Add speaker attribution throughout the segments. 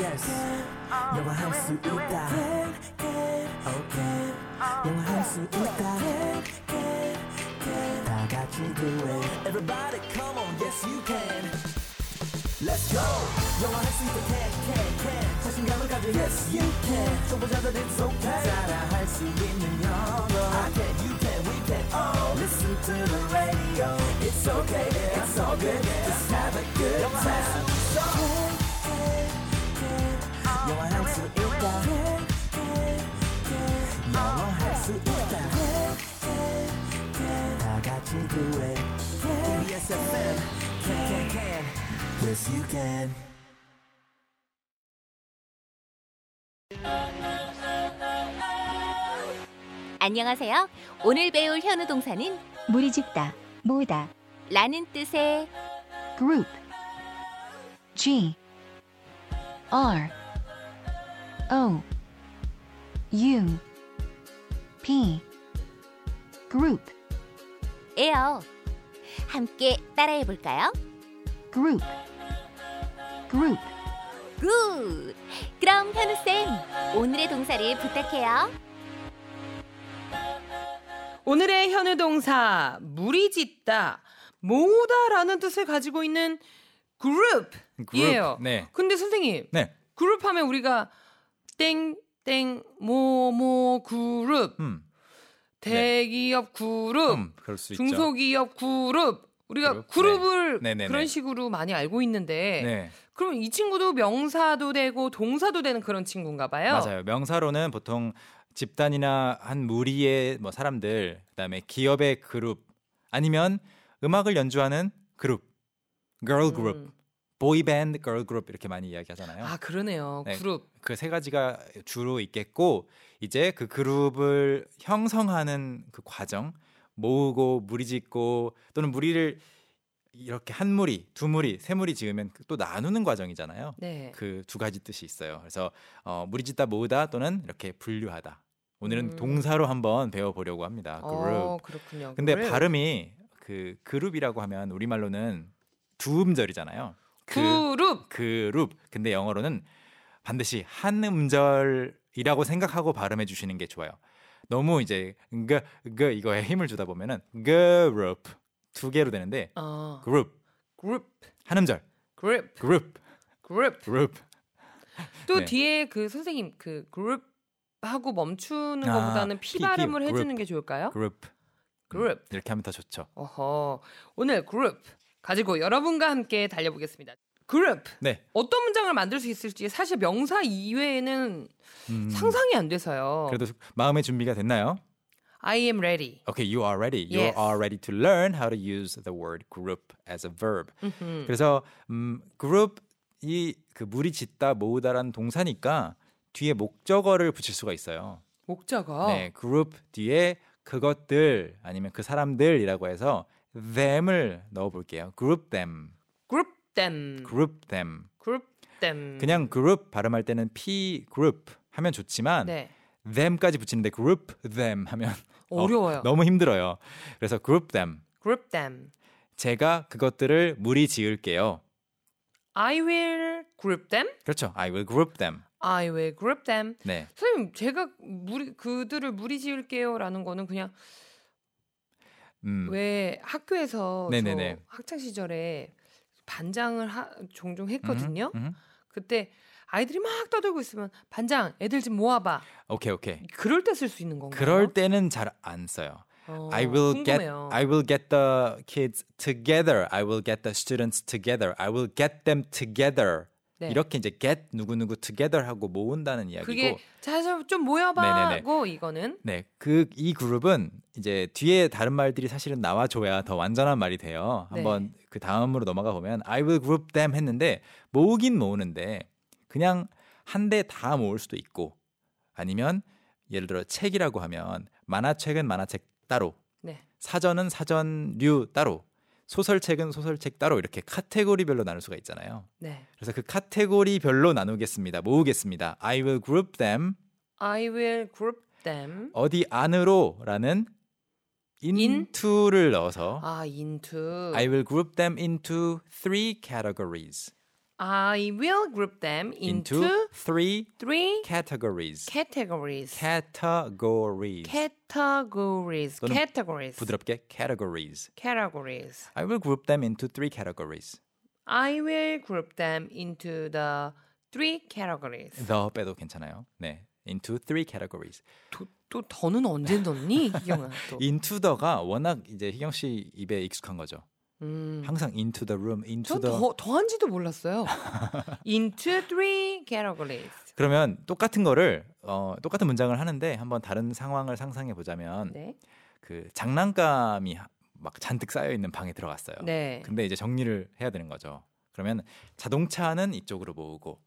Speaker 1: yes 영화할 수 있다 okay 영화할 수 있다 다 같이 do it everybody come on yes you can Let's go 영화할 수 있다 can can can 자신감을 가져 yes you can 초보자들 it's okay 따라할 수 있는 영어 I can you can we can all listen to the radio it's okay yeah, it's all good just have a good time 영화할 수 있다 영화할 수 있다 다 같이 do it KBS FM can can can yes you can
Speaker 2: 안녕하세요. 오늘 배울 현우 동사는
Speaker 3: 무리짓다, 모으다,
Speaker 2: 라는 뜻의
Speaker 3: group. G R O U P group,
Speaker 2: 에요. 함께 따라해 볼까요?
Speaker 3: group, group.
Speaker 2: 굿! 그럼 현우쌤, 오늘의 동사를 부탁해요.
Speaker 4: 오늘의 현우 동사 무리짓다 모으다라는 뜻을 가지고 있는 그룹이에요.
Speaker 5: 네.
Speaker 4: 근데 선생님
Speaker 5: 네.
Speaker 4: 그룹 하면 우리가 땡땡 모모 그룹
Speaker 5: 음.
Speaker 4: 대기업 그룹
Speaker 5: 음. 그럴 수 있죠.
Speaker 4: 중소기업 그룹 우리가
Speaker 5: 그룹?
Speaker 4: 그룹을
Speaker 5: 네. 네, 네,
Speaker 4: 그런
Speaker 5: 네.
Speaker 4: 식으로 많이 알고 있는데
Speaker 5: 네.
Speaker 4: 그럼 이 친구도 명사도 되고 동사도 되는 그런 친구인가 봐요.
Speaker 5: 맞아요. 명사로는 보통 집단이나 한 무리의 뭐 사람들, 그다음에 기업의 그룹 아니면 음악을 연주하는 그룹, girl 그룹,
Speaker 4: 음.
Speaker 5: boy band, girl 그룹 이렇게 많이 이야기하잖아요.
Speaker 4: 아 그러네요.
Speaker 5: 네.
Speaker 4: 그룹.
Speaker 5: 그 세 가지가 주로 있겠고 이제 그 그룹을 형성하는 그 과정 모으고 무리짓고 또는 무리를 이렇게 한 무리, 두 무리, 세 무리 지으면 또 나누는 과정이잖아요.
Speaker 4: 네.
Speaker 5: 그 두 가지 뜻이 있어요. 그래서 어, 무리짓다 모으다 또는 이렇게 분류하다. 오늘은
Speaker 4: 음.
Speaker 5: 동사로 한번 배워보려고 합니다. 그룹.
Speaker 4: 어, 그렇군요.
Speaker 5: 근데
Speaker 4: 그룹.
Speaker 5: 발음이 그 그룹이라고 하면 우리말로는 두 음절이잖아요. 그
Speaker 4: 그룹.
Speaker 5: 그룹. 근데 영어로는 반드시 한 음절이라고 생각하고 발음해 주시는 게 좋아요. 너무 이제 그, 그 이거에 힘을 주다 보면은 그룹 두 개로 되는데
Speaker 4: 어.
Speaker 5: 그룹
Speaker 4: 그룹.
Speaker 5: 한 음절
Speaker 4: 그룹.
Speaker 5: 그룹
Speaker 4: 그룹.
Speaker 5: 그룹
Speaker 4: 또
Speaker 5: 네.
Speaker 4: 뒤에 그 선생님 그 그룹 하고 멈추는
Speaker 5: 아,
Speaker 4: 것보다는 피
Speaker 5: 피, 피,
Speaker 4: 발음을 해
Speaker 5: 그룹.
Speaker 4: 주는 게 좋을까요?
Speaker 5: 그룹
Speaker 4: 그룹.
Speaker 5: 이렇게 하면 더 좋죠.
Speaker 4: 어허. 오늘 그룹 가지고 여러분과 함께 달려보겠습니다. 그룹.
Speaker 5: 네.
Speaker 4: 어떤 문장을 만들 수 있을지 사실 명사 이외에는
Speaker 5: 음,
Speaker 4: 상상이 안 돼서요.
Speaker 5: 그래도 마음의 준비가 됐나요?
Speaker 4: I am ready.
Speaker 5: Okay, you are ready. You
Speaker 4: Yes.
Speaker 5: are ready to learn how to use the word group as a verb.
Speaker 4: 음흠.
Speaker 5: 그래서 음, 그룹이 그 무리 짓다 모으다라는 동사니까 뒤에 목적어를 붙일 수가 있어요.
Speaker 4: 목적어.
Speaker 5: 네, 그룹 뒤에 그것들 아니면 그 사람들이라고 해서 them을 넣어 볼게요. group them.
Speaker 4: 그룹 them.
Speaker 5: group them.
Speaker 4: 그룹 them.
Speaker 5: 그냥 그룹 발음할 때는 p 그룹 하면 좋지만
Speaker 4: 네.
Speaker 5: them까지 붙이는데 group them 하면 어,
Speaker 4: 어려워요.
Speaker 5: 너무 힘들어요. 그래서 group them.
Speaker 4: 그룹 them.
Speaker 5: 제가 그것들을 무리 지을게요.
Speaker 4: I will group them.
Speaker 5: 그렇죠. I will group them.
Speaker 4: I will group them.
Speaker 5: 네.
Speaker 4: 선생님, 제가 무리 그들을 무리 지을게요라는 거는 그냥
Speaker 5: 음.
Speaker 4: 왜 학교에서
Speaker 5: 네네네.
Speaker 4: 저 학창 시절에 반장을 하, 종종 했거든요.
Speaker 5: 음, 음.
Speaker 4: 그때 아이들이 막 떠들고 있으면 반장, 애들 좀 모아봐.
Speaker 5: 오케이, 오케이.
Speaker 4: 그럴 때 쓸 수 있는 건가요?
Speaker 5: 그럴 때는 잘 안 써요.
Speaker 4: 어,
Speaker 5: I will
Speaker 4: 궁금해요.
Speaker 5: get I will get the kids together. I will get the students together. I will get them together.
Speaker 4: 네.
Speaker 5: 이렇게 이제 get 누구누구 together 하고 모은다는 이야기고
Speaker 4: 그게 자서 좀 모여봐고 이거는
Speaker 5: 네, 그 이 그룹은 이제 뒤에 다른 말들이 사실은 나와줘야 더 완전한 말이 돼요.
Speaker 4: 네.
Speaker 5: 한번 그 다음으로 넘어가 보면 I will group them 했는데 모으긴 모으는데 그냥 한 대 다 모을 수도 있고 아니면 예를 들어 책이라고 하면 만화책은 만화책 따로
Speaker 4: 네.
Speaker 5: 사전은 사전류 따로 소설책은 소설책 따로 이렇게 카테고리별로 나눌 수가 있잖아요.
Speaker 4: 네.
Speaker 5: 그래서 그 카테고리별로 나누겠습니다. 모으겠습니다. I will group them
Speaker 4: I will group them.
Speaker 5: 어디 안으로라는 into를 넣어서
Speaker 4: 아, into.
Speaker 5: I will group them into three categories.
Speaker 4: I will group them into,
Speaker 5: into three
Speaker 4: three
Speaker 5: categories.
Speaker 4: categories.
Speaker 5: categories.
Speaker 4: categories.
Speaker 5: 또는
Speaker 4: categories.
Speaker 5: 부드럽게 categories.
Speaker 4: categories.
Speaker 5: I will group them into three categories.
Speaker 4: I will group them into the three categories.
Speaker 5: the 빼도 괜찮아요. 네. into three categories.
Speaker 4: 또, 또 더는 언제 넣니? 희경아 또.
Speaker 5: into the가 워낙 이제 희경 씨 입에 익숙한 거죠.
Speaker 4: 음.
Speaker 5: 항상 into the room, into
Speaker 4: 전
Speaker 5: the
Speaker 4: 더, 더한지도 몰랐어요. into three categories.
Speaker 5: 그러면 똑같은 거를 어, 똑같은 문장을 하는데 한번 다른 상황을 상상해 보자면
Speaker 4: 네.
Speaker 5: 그 장난감이 하- 막 잔뜩 쌓여 있는 방에 들어갔어요.
Speaker 4: 네.
Speaker 5: 근데 이제 정리를 해야 되는 거죠. 그러면 자동차는 이쪽으로 모으고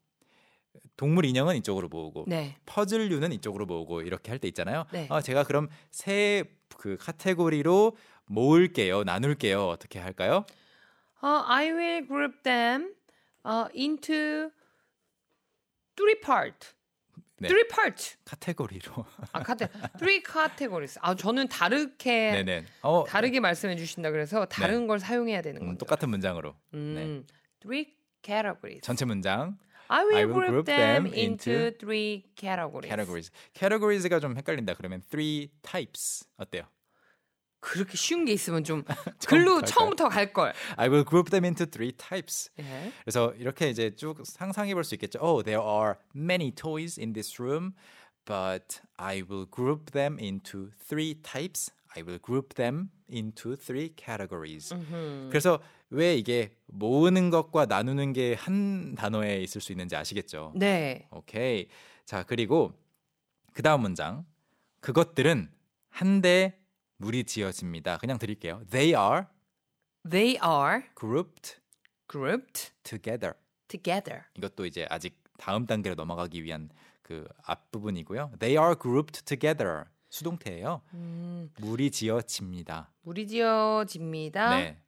Speaker 5: 동물 인형은 이쪽으로 모으고
Speaker 4: 네.
Speaker 5: 퍼즐류는 이쪽으로 모으고 이렇게 할 때 있잖아요.
Speaker 4: 네.
Speaker 5: 어, 제가 그럼 세 그 카테고리로 모을게요, 나눌게요. 어떻게 할까요?
Speaker 4: 어, I will group them 어, into three part.
Speaker 5: 네.
Speaker 4: three part.
Speaker 5: 카테고리로.
Speaker 4: 아, 카테 three categories. 아, 저는 다르게
Speaker 5: 네네. 어,
Speaker 4: 다르게 말씀해 주신다 그래서 다른 걸 사용해야 되는
Speaker 5: 음,
Speaker 4: 거죠.
Speaker 5: 똑같은 문장으로.
Speaker 4: 음, three categories.
Speaker 5: 전체 문장.
Speaker 4: I will,
Speaker 5: I will
Speaker 4: group,
Speaker 5: group
Speaker 4: them,
Speaker 5: them
Speaker 4: into
Speaker 5: into
Speaker 4: three categories.
Speaker 5: categories. categories가 좀 헷갈린다. 그러면 three types 어때요?
Speaker 4: 그렇게 쉬운 게 있으면 좀 글로
Speaker 5: 갈까요?
Speaker 4: 처음부터 갈 걸.
Speaker 5: I will group them into three types.
Speaker 4: 예.
Speaker 5: 그래서 이렇게 이제 쭉 상상해 볼 수 있겠죠. Oh, there are many toys in this room, but I will group them into three types. I will group them into three categories. 그래서 왜 이게 모으는 것과 나누는 게 한 단어에 있을 수 있는지 아시겠죠?
Speaker 4: 네.
Speaker 5: 오케이. 자, 그리고 그 다음 문장. 그것들은 한데 물이 지어집니다. 그냥 드릴게요. They are
Speaker 4: They are
Speaker 5: grouped
Speaker 4: grouped
Speaker 5: together.
Speaker 4: together.
Speaker 5: 이것도 이제 아직 다음 단계로 넘어가기 위한 그 앞부분이고요. They are grouped together. 수동태예요. 물이 지어집니다.
Speaker 4: 우리 지어집니다.
Speaker 5: 네.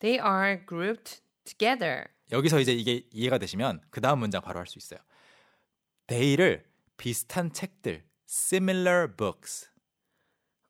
Speaker 4: They are grouped together.
Speaker 5: 여기서 이제 이게 이해가 되시면 그 다음 문장 바로 할 수 있어요. They를 비슷한 책들, similar books,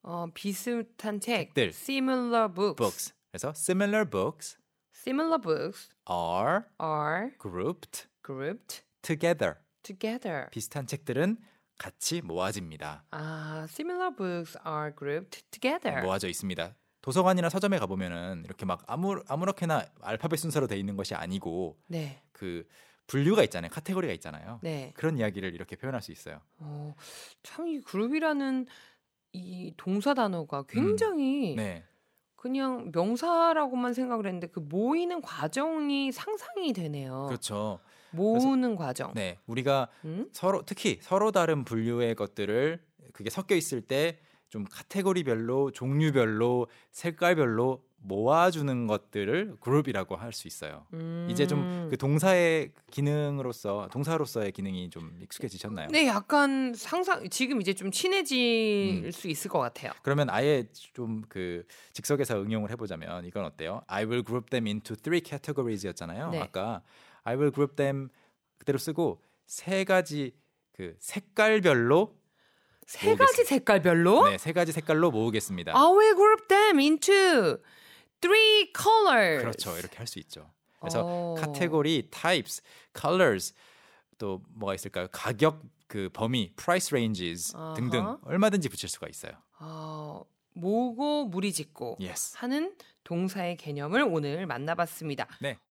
Speaker 4: 어, 비슷한 책.
Speaker 5: 책들.
Speaker 4: Similar books.
Speaker 5: books. 그래서 similar books
Speaker 4: Similar books
Speaker 5: are
Speaker 4: are
Speaker 5: grouped
Speaker 4: grouped
Speaker 5: together.
Speaker 4: together.
Speaker 5: 비슷한 책들은 같이 모아집니다.
Speaker 4: 아, similar books are grouped together.
Speaker 5: 뭐 모아져 있습니다. 도서관이나 서점에 가 보면은 이렇게 막 아무 아무렇게나 알파벳 순서로 돼 있는 것이 아니고
Speaker 4: 네.
Speaker 5: 그 분류가 있잖아요. 카테고리가 있잖아요.
Speaker 4: 네.
Speaker 5: 그런 이야기를 이렇게 표현할 수 있어요.
Speaker 4: 어, 참 이 그룹이라는 이 동사 단어가 굉장히
Speaker 5: 네.
Speaker 4: 그냥 명사라고만 생각을 했는데 그 모이는 과정이 상상이 되네요.
Speaker 5: 그렇죠.
Speaker 4: 모으는 과정.
Speaker 5: 네. 우리가
Speaker 4: 음?
Speaker 5: 서로 특히 서로 다른 분류의 것들을 그게 섞여 있을 때 좀 카테고리별로 종류별로 색깔별로 모아주는 것들을 그룹이라고 할 수 있어요. 이제 좀
Speaker 4: 음.
Speaker 5: 그 동사의 기능으로서 동사로서의 기능이 좀 익숙해지셨나요?
Speaker 4: 네, 약간 상상 지금 이제 좀 친해질
Speaker 5: 음.
Speaker 4: 수 있을 것 같아요.
Speaker 5: 그러면 아예 좀 그 직석에서 응용을 해보자면 이건 어때요? I will group them into three categories였잖아요.
Speaker 4: 네.
Speaker 5: 아까 I will group them 그대로 쓰고 세 가지 그 색깔별로
Speaker 4: 세 가지 색깔별로
Speaker 5: 네 세 가지 색깔로 모으겠습니다.
Speaker 4: I will group them into three colors.
Speaker 5: 그렇죠. 이렇게 할 수 있죠. 그래서
Speaker 4: 오.
Speaker 5: 카테고리, types, colors 또 뭐가 있을까요? 가격 그 범위, price ranges 등등
Speaker 4: 아하.
Speaker 5: 얼마든지 붙일 수가 있어요.
Speaker 4: 어, 모으고 무리짓고
Speaker 5: Yes.
Speaker 4: 하는 동사의 개념을 오늘 만나봤습니다.
Speaker 5: 네.